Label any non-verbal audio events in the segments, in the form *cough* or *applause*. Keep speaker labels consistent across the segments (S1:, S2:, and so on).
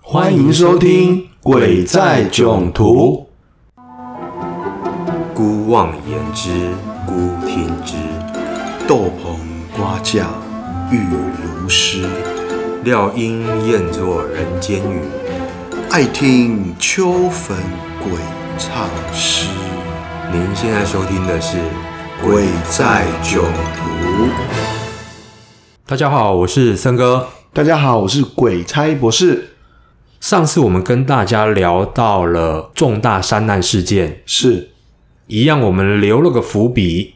S1: 欢迎收听《鬼在囧途》。
S2: 孤望言之，孤听之。
S3: 豆棚瓜架雨如诗，
S2: 料应厌作人间语，
S3: 爱听秋坟鬼唱诗。
S2: 您现在收听的是《
S3: 鬼在囧途》。
S2: 大家好，我是森哥。
S1: 大家好，我是鬼差博士。
S2: 上次我们跟大家聊到了重大山难事件，
S1: 是
S2: 一样我们留了个伏笔。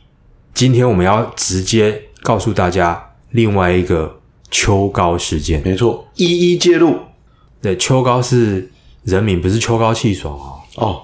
S2: 今天我们要直接告诉大家另外一个秋高事件。
S1: 没错，一一揭露
S2: 对，秋高是人民，不是秋高气爽哦。
S1: 哦。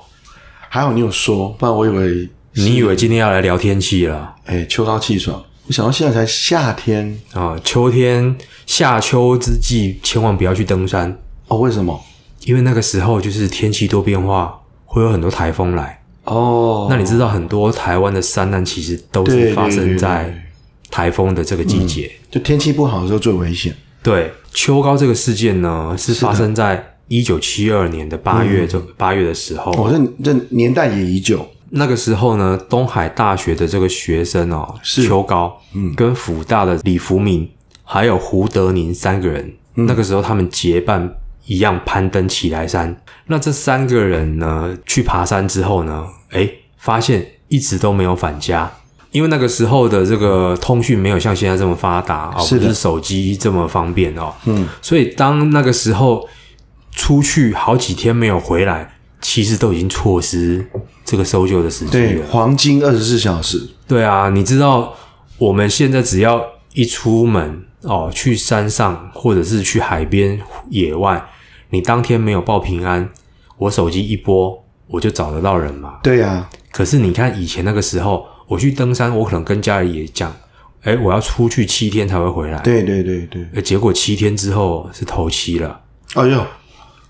S1: 还好你有说，不然我以为
S2: 你以为今天要来聊天气了
S1: 哎秋高气爽，我想到现在才夏天
S2: 啊？秋天夏秋之际，千万不要去登山，
S1: 哦，为什么？
S2: 因为那个时候就是天气多变化，会有很多台风来。
S1: 哦，
S2: 那你知道很多台湾的山难其实都
S1: 对
S2: 是
S1: 对
S2: 发
S1: 对
S2: 生
S1: 对
S2: 在台风的这个季节。
S1: 就天气不好的时候最危险。
S2: 对，秋高这个事件呢，是发生在一九七二年的八月，这八月的时候。
S1: 哦，这这年代也已久，
S2: 那个时候呢，东海大学的这个学生哦，
S1: 是
S2: 秋高，嗯，跟辅大的李福明还有胡德宁三个人，
S1: 嗯
S2: 那个时候他们结伴一样攀登起来山。那这三个人呢，去爬山之后呢，哎，发现一直都没有返家。因为那个时候的这个通讯没有像现在这么发达哦，
S1: 是的
S2: 不是手机这么方便哦，嗯，所以当那个时候出去好几天没有回来，其实都已经错失这个搜救的时机了。
S1: 对，黄金二十四小时，
S2: 对啊，你知道我们现在只要一出门哦，去山上或者是去海边野外，你当天没有报平安，我手机一拨我就找得到人嘛。
S1: 对呀、
S2: 可是你看以前那个时候，我去登山，我可能跟家里也讲，哎，我要出去七天才会回来。
S1: 对对对对，
S2: 诶，结果七天之后是头七了。
S1: 哎呦，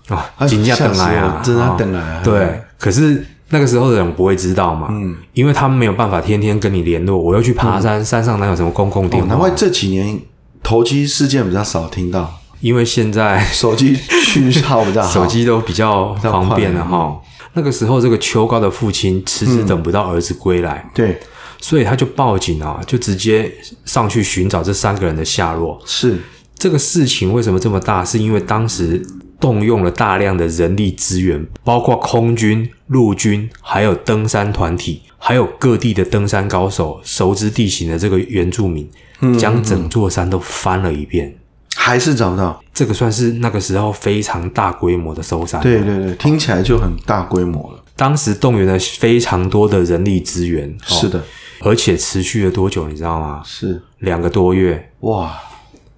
S2: 啊，
S1: 哎
S2: 金价等来啊
S1: 吓死我，真的
S2: 啊
S1: 等来啊
S2: 对，可是那个时候的人不会知道嘛，嗯，因为他们没有办法天天跟你联络。我又去爬山，山上哪有什么公共电
S1: 嗯哦，
S2: 话？
S1: 难怪这几年头七事件比较少听
S2: *laughs*
S1: 到，
S2: 因为
S1: *laughs*
S2: 现在
S1: 手机讯号比较好，
S2: 手机都比较
S1: 较啊
S2: 方便了
S1: 快
S2: 哈。那个时候，这个秋高的父亲迟迟等不到儿子归来，
S1: 对
S2: 所以他就报警啊，就直接上去寻找这三个人的下落。
S1: 是
S2: 这个事情为什么这么大？是因为当时动用了大量的人力资源，包括空军、陆军，还有登山团体，还有各地的登山高手，熟知地形的这个原住民，
S1: 嗯
S2: 将整座山都翻了一遍。
S1: 还是找不到。
S2: 这个算是那个时候非常大规模的搜山。，
S1: 对对对，听起来就很大规模了。
S2: 当时动员了非常多的人力资源。哦
S1: 是，的，
S2: 而且持续了多久？你知道吗？
S1: 是
S2: 两个多月。
S1: 哇，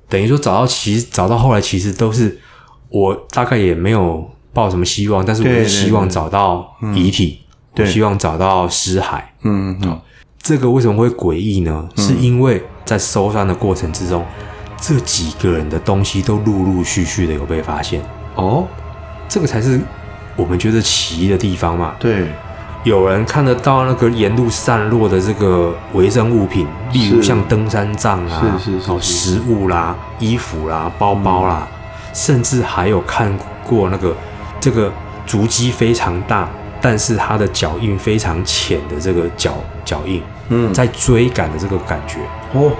S2: 等于说找到其实找到后来其实都是我大概也没有抱什么希望，但是我
S1: 对
S2: 是
S1: 对
S2: 希望找到遗体，
S1: 嗯对
S2: 我希望找到尸骸。
S1: 嗯，嗯
S2: 这个为什么会诡异呢？是因为在搜山的过程之中，这几个人的东西都陆陆续续的有被发现，
S1: 哦，
S2: 这个才是我们觉得奇异的地方嘛。
S1: 对，
S2: 有人看得到那个沿路散落的这个维生物品，例如
S1: 是
S2: 像登山杖啊，
S1: 是是是
S2: 哦
S1: 是
S2: 食物啦、衣服啦、包包啦，
S1: 嗯
S2: 甚至还有看过那个这个足迹非常大，但是它的脚印非常浅的这个脚脚印，
S1: 嗯，
S2: 在追赶的这个感觉。
S1: 哦，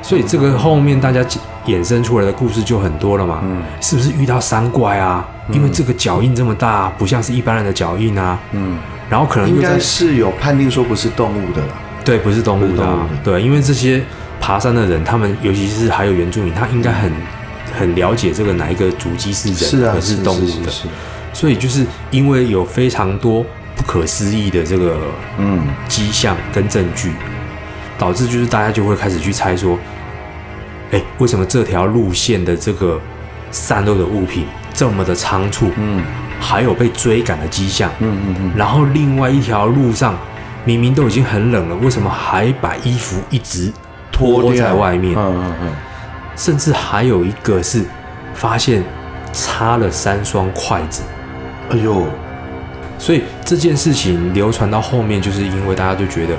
S2: 所以这个后面大家衍生出来的故事就很多了嘛，
S1: 嗯
S2: 是不是遇到山怪啊？因为这个脚印这么大，不像是一般人的脚印啊，
S1: 嗯，
S2: 然后可能
S1: 应
S2: 又在
S1: 该是有判定说不是动物的啦。
S2: 对，不是动物
S1: 不是
S2: 的、啊
S1: 动物，
S2: 对，因为这些爬山的人，他们尤其是还有原住民，他应该很很了解这个哪一个足迹是人，
S1: 是啊，
S2: 而是动物
S1: 是
S2: 的，
S1: 是是
S2: 所以就是因为有非常多不可思议的这个
S1: 嗯，
S2: 迹象跟证据，导致就是大家就会开始去猜说，哎，为什么这条路线的这个散落的物品这么的仓促，嗯，还有被追赶的迹象，嗯嗯嗯，然后另外一条路上明明都已经很冷了，为什么还把衣服一直脱
S1: 掉
S2: 在外面？
S1: 嗯嗯嗯，
S2: 甚至还有一个是发现插了三双筷子，
S1: 哎呦，
S2: 所以这件事情流传到后面，就是因为大家就觉得，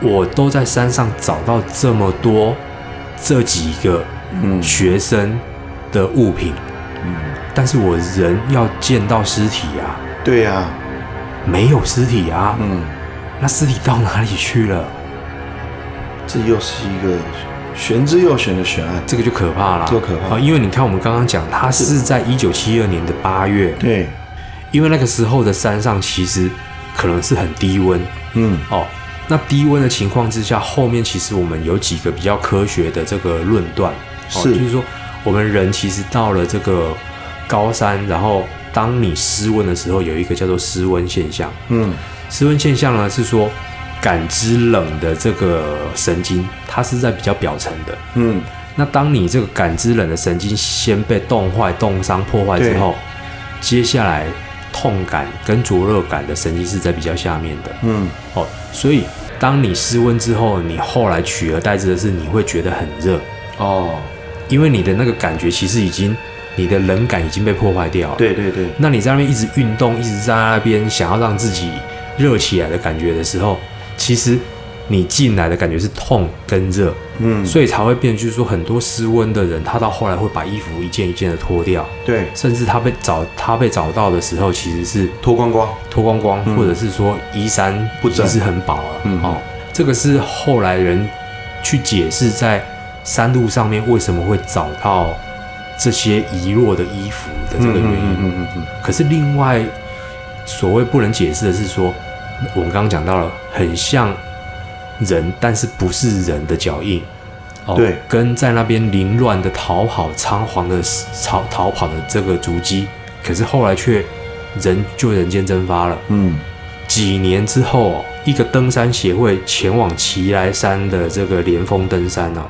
S2: 我都在山上找到这么
S3: 嗯
S2: 嗯多这几个学生的物品，但是我人要见到尸体啊，
S3: 对呀、
S2: 没有尸体啊，
S3: 嗯，
S2: 那尸体到哪里去了？
S3: 这又是一个玄之又玄的悬案。
S2: 这个就可怕了，
S3: 这个可怕
S2: 啊因为你看我们刚刚讲，它是在一九七二年的八月，
S3: 对，
S2: 因为那个时候的山上其实可能是很低温
S3: 嗯
S2: 哦。那低温的情况之下，后面其实我们有几个比较科学的这个论断，哦，
S3: 是
S2: 就是说我们人其实到了这个高山，然后当你失温的时候，有一个叫做失温现象。
S3: 嗯，
S2: 失温现象呢是说感知冷的这个神经，它是在比较表层的，
S3: 嗯，
S2: 那当你这个感知冷的神经先被冻坏、冻伤、破坏之后，接下来痛感跟灼热感的神经是在比较下面的。
S3: 嗯，
S2: 哦，所以当你失温之后，你后来取而代之的是你会觉得很热，
S3: 哦，
S2: 因为你的那个感觉其实已经你的冷感已经被破坏掉了。，
S3: 对对对，
S2: 那你在那边一直运动，一直在那边想要让自己热起来的感觉的时候，其实你进来的感觉是痛跟热。
S3: 嗯，
S2: 所以才会变，就是说很多失温的人，他到后来会把衣服一件一件的脱掉，
S3: 对，
S2: 甚至他被找他被找到的时候，其实是
S3: 脱光光，
S2: 脱光光，或者是说衣衫
S3: 嗯不
S2: 其
S3: 整
S2: 实很薄了。
S3: 嗯
S2: 哦，这个是后来人去解释在山路上面为什么会找到这些遗落的衣服的这个原因。
S3: 嗯嗯
S2: 可是另外，所谓不能解释的是说，我们刚刚讲到了，很像人，但是不是人的脚印。哦
S3: 对
S2: 跟在那边凌乱的逃跑、仓皇的逃逃跑的这个足迹，可是后来却人就人间蒸发了。
S3: 嗯，
S2: 几年之后哦，一个登山协会前往奇来山的这个连峰登山呢、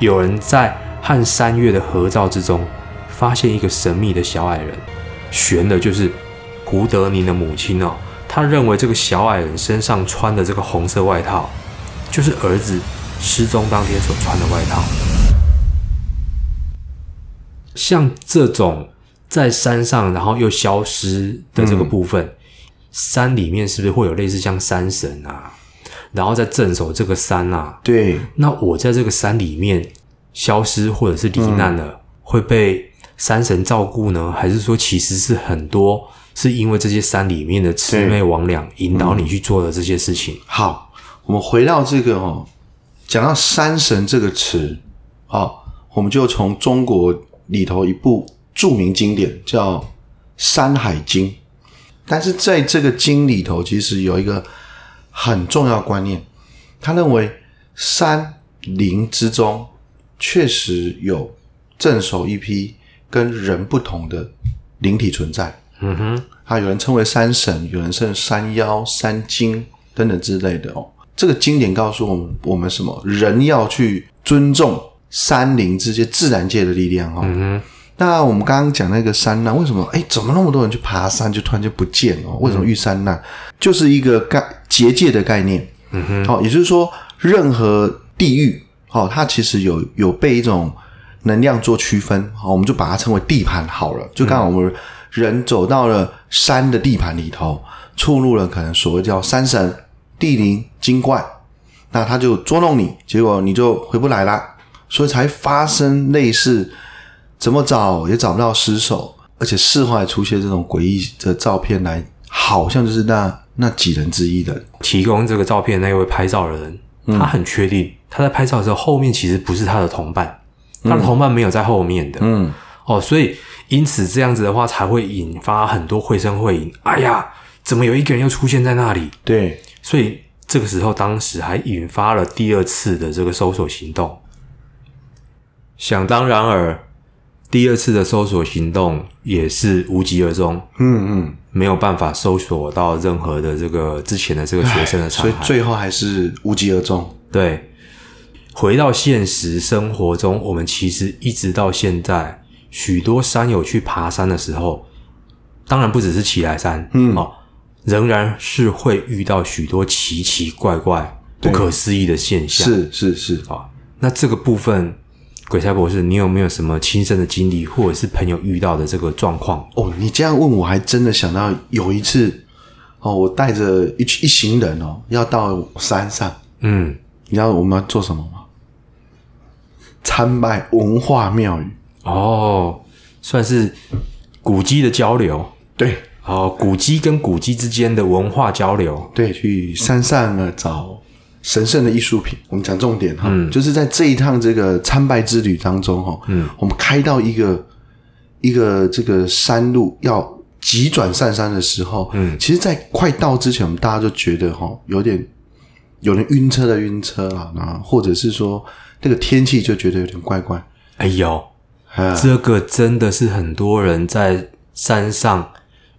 S2: 有人在和山岳的合照之中，发现一个神秘的小矮人，悬的就是胡德尼的母亲哦。他认为这个小矮人身上穿的这个红色外套，就是儿子失踪当天所穿的外套。像这种在山上然后又消失的这个部分，山里面是不是会有类似像山神啊，然后再镇守这个山啊？
S3: 对，
S2: 那我在这个山里面消失或者是罹难了，会被山神照顾呢？还是说其实是很多是因为这些山里面的魑魅魍魉引导你去做的这些事情？
S3: 好，我们回到这个哦，讲到山神这个词，哦，我们就从中国里头一部著名经典叫《山海经》，但是在这个经里头，其实有一个很重要的观念，他认为山林之中确实有镇守一批跟人不同的灵体存在。
S2: 嗯哼，
S3: 啊，有人称为山神，有人称山妖、山精等等之类的哦。这个经典告诉我们，我们什么人要去尊重山林这些自然界的力量哦。
S2: 嗯
S3: 那我们刚刚讲那个山难，为什么？哎，怎么那么多人去爬山就突然就不见了、哦？为什么遇山难？就是一个概结界的概念。嗯哼，好、也就是说，任何地域，哦，它其实有有被一种能量做区分，哦好、我们就把它称为地盘好了。就刚好我们人走到了山的地盘里头，触怒了可能所谓叫山神、地灵、精怪，那他就捉弄你，结果你就回不来啦，所以才发生类似怎么找也找不到尸首，而且事后还出现这种诡异的照片来，好像就是那那几人之一的，
S2: 提供这个照片那位拍照的人，他很确定他在拍照的时候，后面其实不是他的同伴，他的同伴没有在后面的。
S3: 嗯，
S2: 哦，所以因此这样子的话，才会引发很多绘声绘影。哎呀，怎么有一个人又出现在那里？
S3: 对，
S2: 所以这个时候，当时还引发了第二次的这个搜索行动。想当然尔，第二次的搜索行动也是无疾而终，
S3: 嗯
S2: 没有办法搜索到任何的这个之前的这个学生的残
S3: 嗯，所以
S2: 骸。
S3: 最后还是无疾而终，
S2: 对，回到现实生活中，我们其实一直到现在，许多山友去爬山的时候，当然不只是奇来山，嗯哦，仍然是会遇到许多奇奇怪怪、不
S3: 对
S2: 可思议的现象。
S3: 是是是，
S2: 啊、那这个部分，鬼才博士，你有没有什么亲身的经历，或者是朋友遇到的这个状况？
S3: 哦，你这样问我还真的想到有一次，哦，我带着一群一行人哦，要到山上，
S2: 嗯，
S3: 你知道我们要做什么吗？参拜文化庙宇，
S2: 哦，算是古迹的交流，
S3: 对
S2: 哦，古迹跟古迹之间的文化交流，
S3: 对，去山上呢找神圣的艺术品。我们讲重点哈，
S2: 嗯
S3: 就是在这一趟这个参拜之旅当中哈，嗯，我们开到一个一个这个山路要急转上山的时候，嗯，其实，在快到之前，我们大家就觉得哈，有点有人晕车的晕车啦，然后或者是说那个天气就觉得有点怪怪，
S2: 哎呦，
S3: 啊，
S2: 这个真的是很多人在山上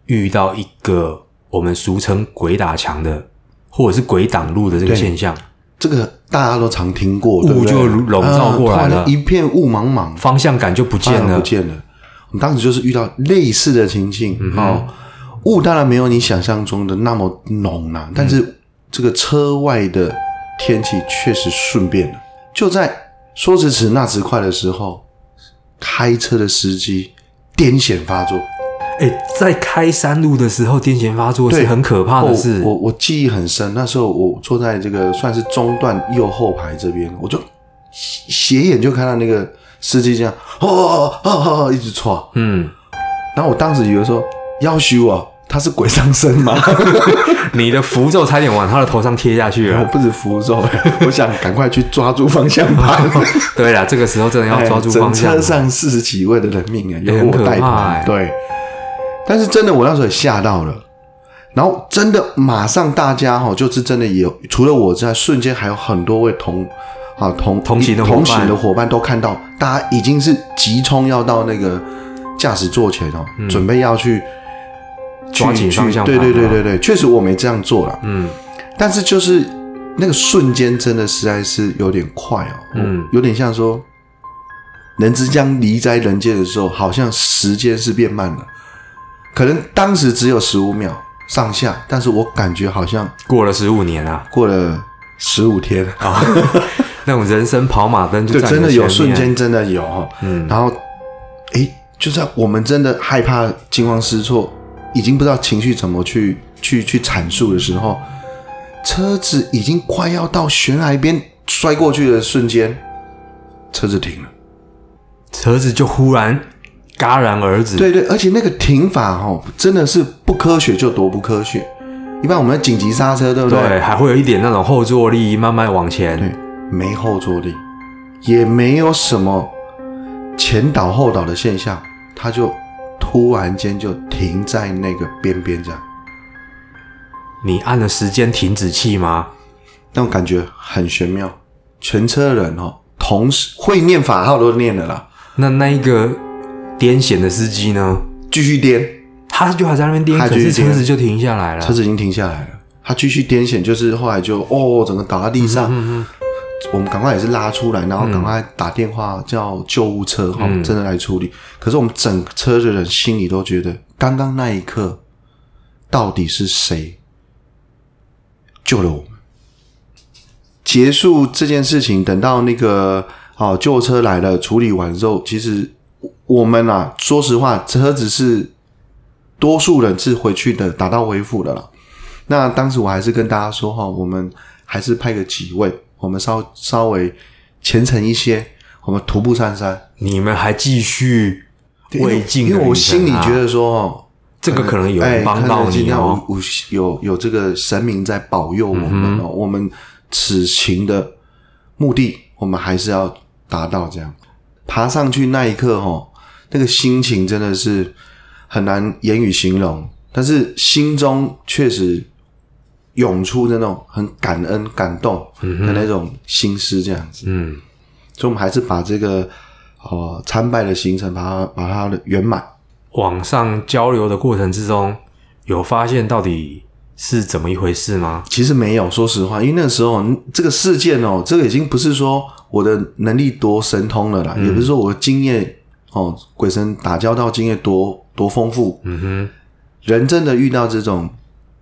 S2: 遇到一个我们俗称“鬼打墙”的，或者是“鬼挡路”的这个现象，
S3: 这个大家都常听过，对不对
S2: 雾就笼罩过来了
S3: 啊突然一片雾茫茫，
S2: 方向感就不见
S3: 当然
S2: 了
S3: 不。见了。我们当时就是遇到类似的情境、
S2: 嗯
S3: 哦，雾当然没有你想象中的那么浓啦、但
S2: 嗯
S3: 是这个车外的天气确实顺便了。就在说时迟那时快的时候，开车的司机癫痫发作，
S2: 哎，在开山路的时候癫痫发作
S3: 对
S2: 啊是很可怕的事
S3: 哦我。我我记忆很深，那时候我坐在这个算是中段右后排这边，我就斜眼就看到那个司机这样，哦哦哦哦哦，一直窜。
S2: 嗯，
S3: 然后我当时以为说，要修啊，他是鬼上身吗？ *laughs*
S2: 你的符咒差点往他的头上贴下去啊
S3: 我
S2: 了。
S3: 啊不止符咒， *laughs* 我想赶快去抓住方向盘。
S2: 对啦，这个时候真的要抓住方向啊
S3: 哎整车。上四十几位的人命啊，
S2: 也
S3: 有
S2: 很可
S3: 我带头
S2: 怕哎。
S3: 对，但是真的我那时候也吓到了，然后真的马上大家哈，就是真的也有除了我之外，瞬间还有很多位同啊同
S2: 同行的伙伴
S3: 同行的伙伴都看到，大家已经是急冲要到那个驾驶座前哦，准备要去。去
S2: 嗯抓紧
S3: 去
S2: 方向
S3: 对
S2: 盘
S3: 对对
S2: 啊
S3: 对对，确实我没这样做了，
S2: 嗯，
S3: 但是就是那个瞬间，真的实在是有点快哦，
S2: 嗯
S3: 有点像说人之将离开人间的时候，好像时间是变慢了，可能当时只有十五秒上下，但是我感觉好像
S2: 过了十五年啊，
S3: 过了十五天啊，
S2: 那种人生跑马灯就
S3: 对，
S2: 在
S3: 真的
S2: 你
S3: 有
S2: 前
S3: 瞬
S2: 面
S3: 间，真的有哈、哦，嗯，然后诶，就在我们真的害怕、惊慌失措，已经不知道情绪怎么去去去阐述的时候，车子已经快要到悬崖边摔过去的瞬间，车子停了。
S2: 车子就忽然戛然而止。
S3: 对对，而且那个停法哦，真的是不科学就多不科学。一般我们紧急刹车，对不
S2: 对，还会有一点那种后坐力，慢慢往前。
S3: 对，没后坐力，也没有什么前倒后倒的现象，它就突然间就停在那个边边这样，
S2: 你按了时间停止器吗？
S3: 那种感觉很玄妙。全车人哦，同时会念法号都念了啦，
S2: 那那一个癫痫的司机呢？
S3: 继续颠，
S2: 他就还在那边
S3: 他
S2: 癫，
S3: 继
S2: 可
S3: 续
S2: 是车
S3: 颠
S2: 子就停下来了。
S3: 车子已经停下来了，他继续癫痫，就是后来就哦，整个倒在地
S2: 嗯
S3: 上。我们赶快也是拉出来，然后赶快打电话叫救护车哈、
S2: 嗯
S3: 真的来处理。可是我们整车的人心里都觉得，刚刚那一刻到底是谁救了我们？结束这件事情，等到那个哦救车来了，处理完之后，其实我们啊，说实话，车子是多数人是回去的，达到恢复的了。那当时我还是跟大家说哈，我们还是派个几位，我们稍稍微虔诚一些，我们徒步上山。
S2: 你们还继续未尽、
S3: 因为我心里觉，得说哦，
S2: 这个可能有人
S3: 哎
S2: 帮到你哦。
S3: 看得见有有有这个神明在保佑我们哦，我们此行的目的，我们还是要达到这样。爬上去那一刻哦，那个心情真的是很难言语形容，但是心中确实涌出那种很感恩、感动的那种心思，这样子。
S2: 嗯，
S3: 所以，我们还是把这个呃参拜的行程把它把它圆满。
S2: 网上交流的过程之中，有发现到底是怎么一回事吗？
S3: 其实没有，说实话，因为那时候嗯这个事件哦，这个已经不是说我的能力多神通了啦，也不是说我的经验哦，鬼神打交道经验多多丰富。
S2: 嗯哼，
S3: 人真的遇到这种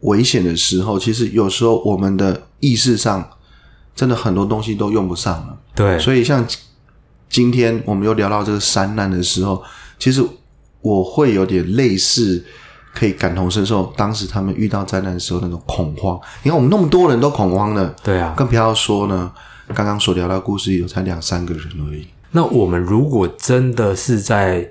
S3: 危险的时候，其实有时候我们的意识上真的很多东西都用不上了。
S2: 对，
S3: 所以像今天我们又聊到这个山难的时候，其实我会有点类似，可以感同身受当时他们遇到灾难的时候那种恐慌。你看我们那么多人都恐慌了，
S2: 对啊。
S3: 更不要说呢，刚刚所聊到的故事有才两三个人而已。
S2: 那我们如果真的是在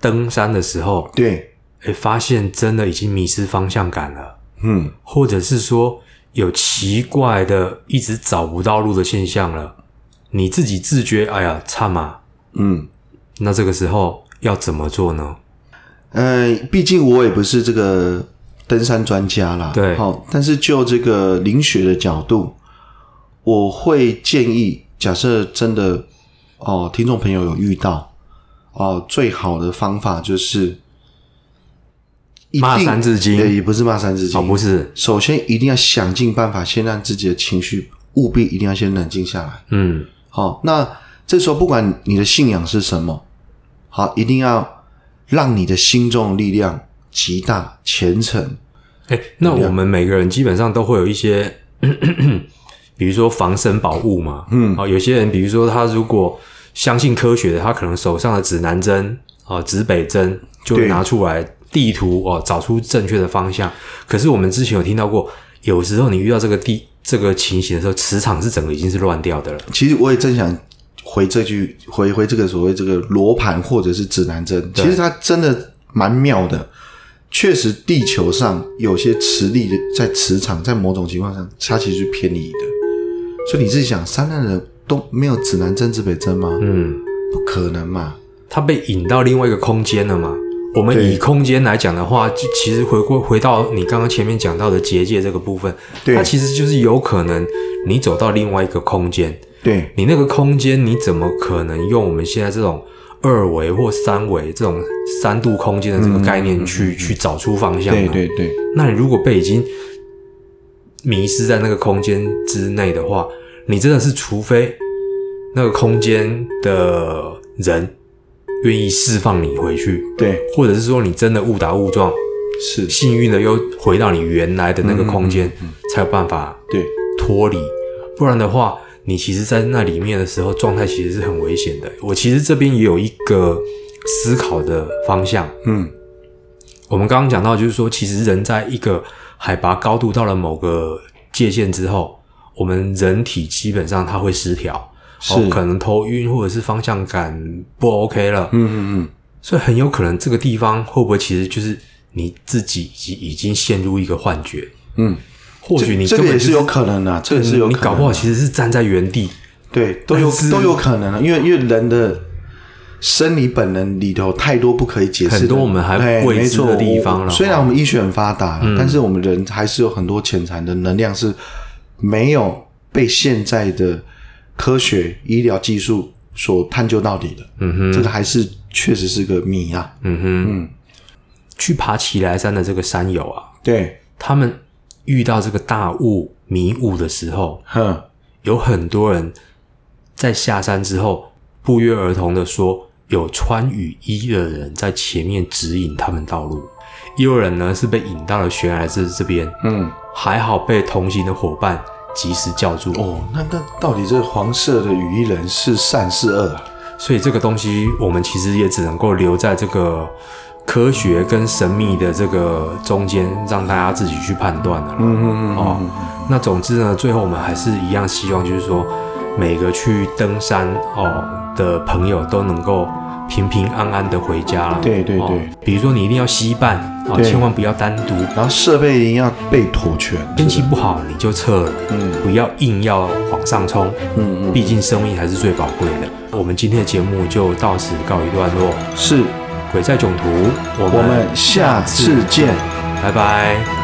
S2: 登山的时候，
S3: 对，
S2: 哎，发现真的已经迷失方向感了，
S3: 嗯，
S2: 或者是说有奇怪的一直找不到路的现象了，你自己自觉，哎呀，差嘛，
S3: 嗯，
S2: 那这个时候要怎么做呢？
S3: 呃，毕竟我也不是这个登山专家啦，
S2: 对
S3: 好、但是就这个灵学的角度，我会建议，假设真的哦，听众朋友有遇到哦，最好的方法就是一定
S2: 骂三字经
S3: 呃也不是骂三字经，
S2: 哦，不是，
S3: 首先一定要想尽办法，先让自己的情绪务必一定要先冷静下来。
S2: 嗯，
S3: 好、那这时候不管你的信仰是什么，好，一定要让你的心中的力量极大、虔诚。
S2: 哎，那我们每个人基本上都会有一些， *coughs* 比如说防身宝物嘛，嗯，啊、有些人比如说他如果相信科学的，他可能手上的指南针啊、指北针就会
S3: 对
S2: 拿出来地图哦、找出正确的方向。可是我们之前有听到过，有时候你遇到这个地这个情形的时候，磁场是整个已经是乱掉的了。
S3: 其实我也正想回这句，回回这个所谓这个罗盘或者是指南针，其实它真的蛮妙的。确实，地球上有些磁力的在磁场，在某种情况下，它其实是偏移的。所以你自己想，三难人都没有指南针、指北针吗？
S2: 嗯，
S3: 不可能嘛。
S2: 它被引到另外一个空间了嘛。我们
S3: 对
S2: 以空间来讲的话，就其实回过回到你刚刚前面讲到的结界这个部分，
S3: 对
S2: 它其实就是有可能你走到另外一个空间，
S3: 对
S2: 你那个空间你怎么可能用我们现在这种二维或三维这种三度空间的这个概念
S3: 嗯
S2: 去、去找出方向呢？
S3: 对对对，
S2: 那你如果被已经迷失在那个空间之内的话，你真的是除非那个空间的人愿意释放你回去，
S3: 对，
S2: 或者是说你真的误打误撞，
S3: 是，
S2: 幸运的又回到你原来的那个空间，才有办法
S3: 对
S2: 脱离。不然的话，你其实，在那里面的时候，状态其实是很危险的。我其实这边也有一个思考的方向，
S3: 嗯，
S2: 我们刚刚讲到，就是说，其实人在一个海拔高度到了某个界限之后，我们人体基本上它会失调，
S3: 是
S2: 哦可能头晕或者是方向感不 OK 了，
S3: 嗯嗯嗯，
S2: 所以很有可能这个地方会不会其实就是你自己已经已经陷入一个幻觉，
S3: 嗯，
S2: 或许你
S3: 这
S2: 根
S3: 个
S2: 本、
S3: 也
S2: 就是嗯
S3: 有可能啊，这个也是有可
S2: 你
S3: 能啊，
S2: 搞不好其实是站在原地，
S3: 对都有
S2: 但是
S3: 都有可能啊，因为因为人的生理本能里头太多不可以解释的，
S2: 很多我们还
S3: 哎
S2: 未知的
S3: 没错
S2: 地方了嗯
S3: 我虽然我们医学很发达，但是我们人还是有很多潜藏的能量是没有被现在的科学医疗技术所探究到底的，
S2: 嗯哼，
S3: 这个还是确实是个谜啊。
S2: 嗯哼，去爬奇来山的这个山友啊，
S3: 对，
S2: 他们遇到这个大雾迷雾的时候，
S3: 哼，
S2: 有很多人在下山之后不约而同的说，有穿雨衣的人在前面指引他们道路，也有人呢是被引到了悬崖这这边，
S3: 嗯。
S2: 还好被同行的伙伴及时叫住。
S3: 哦，那那到底这黄色的羽衣人是善是恶啊？
S2: 所以这个东西我们其实也只能够留在这个科学跟神秘的这个中间，让大家自己去判断的啦。
S3: 嗯嗯
S2: 哦，那总之呢，最后我们还是一样希望，就是说每个去登山哦的朋友都能够平平安安的回家了。
S3: 对对
S2: 哦
S3: 对
S2: 比如说你一定要吸伴啊、哦，
S3: 对
S2: 千万不要单独。
S3: 然后设备一定要被妥全。
S2: 天气不好你就撤了，嗯，不要硬要往上冲，
S3: 嗯嗯
S2: 毕竟生命还是最宝贵的。我们今天的节目就到此告一段落，
S3: 是
S2: 鬼在囧途，我
S3: 我们下次见。
S2: 拜拜。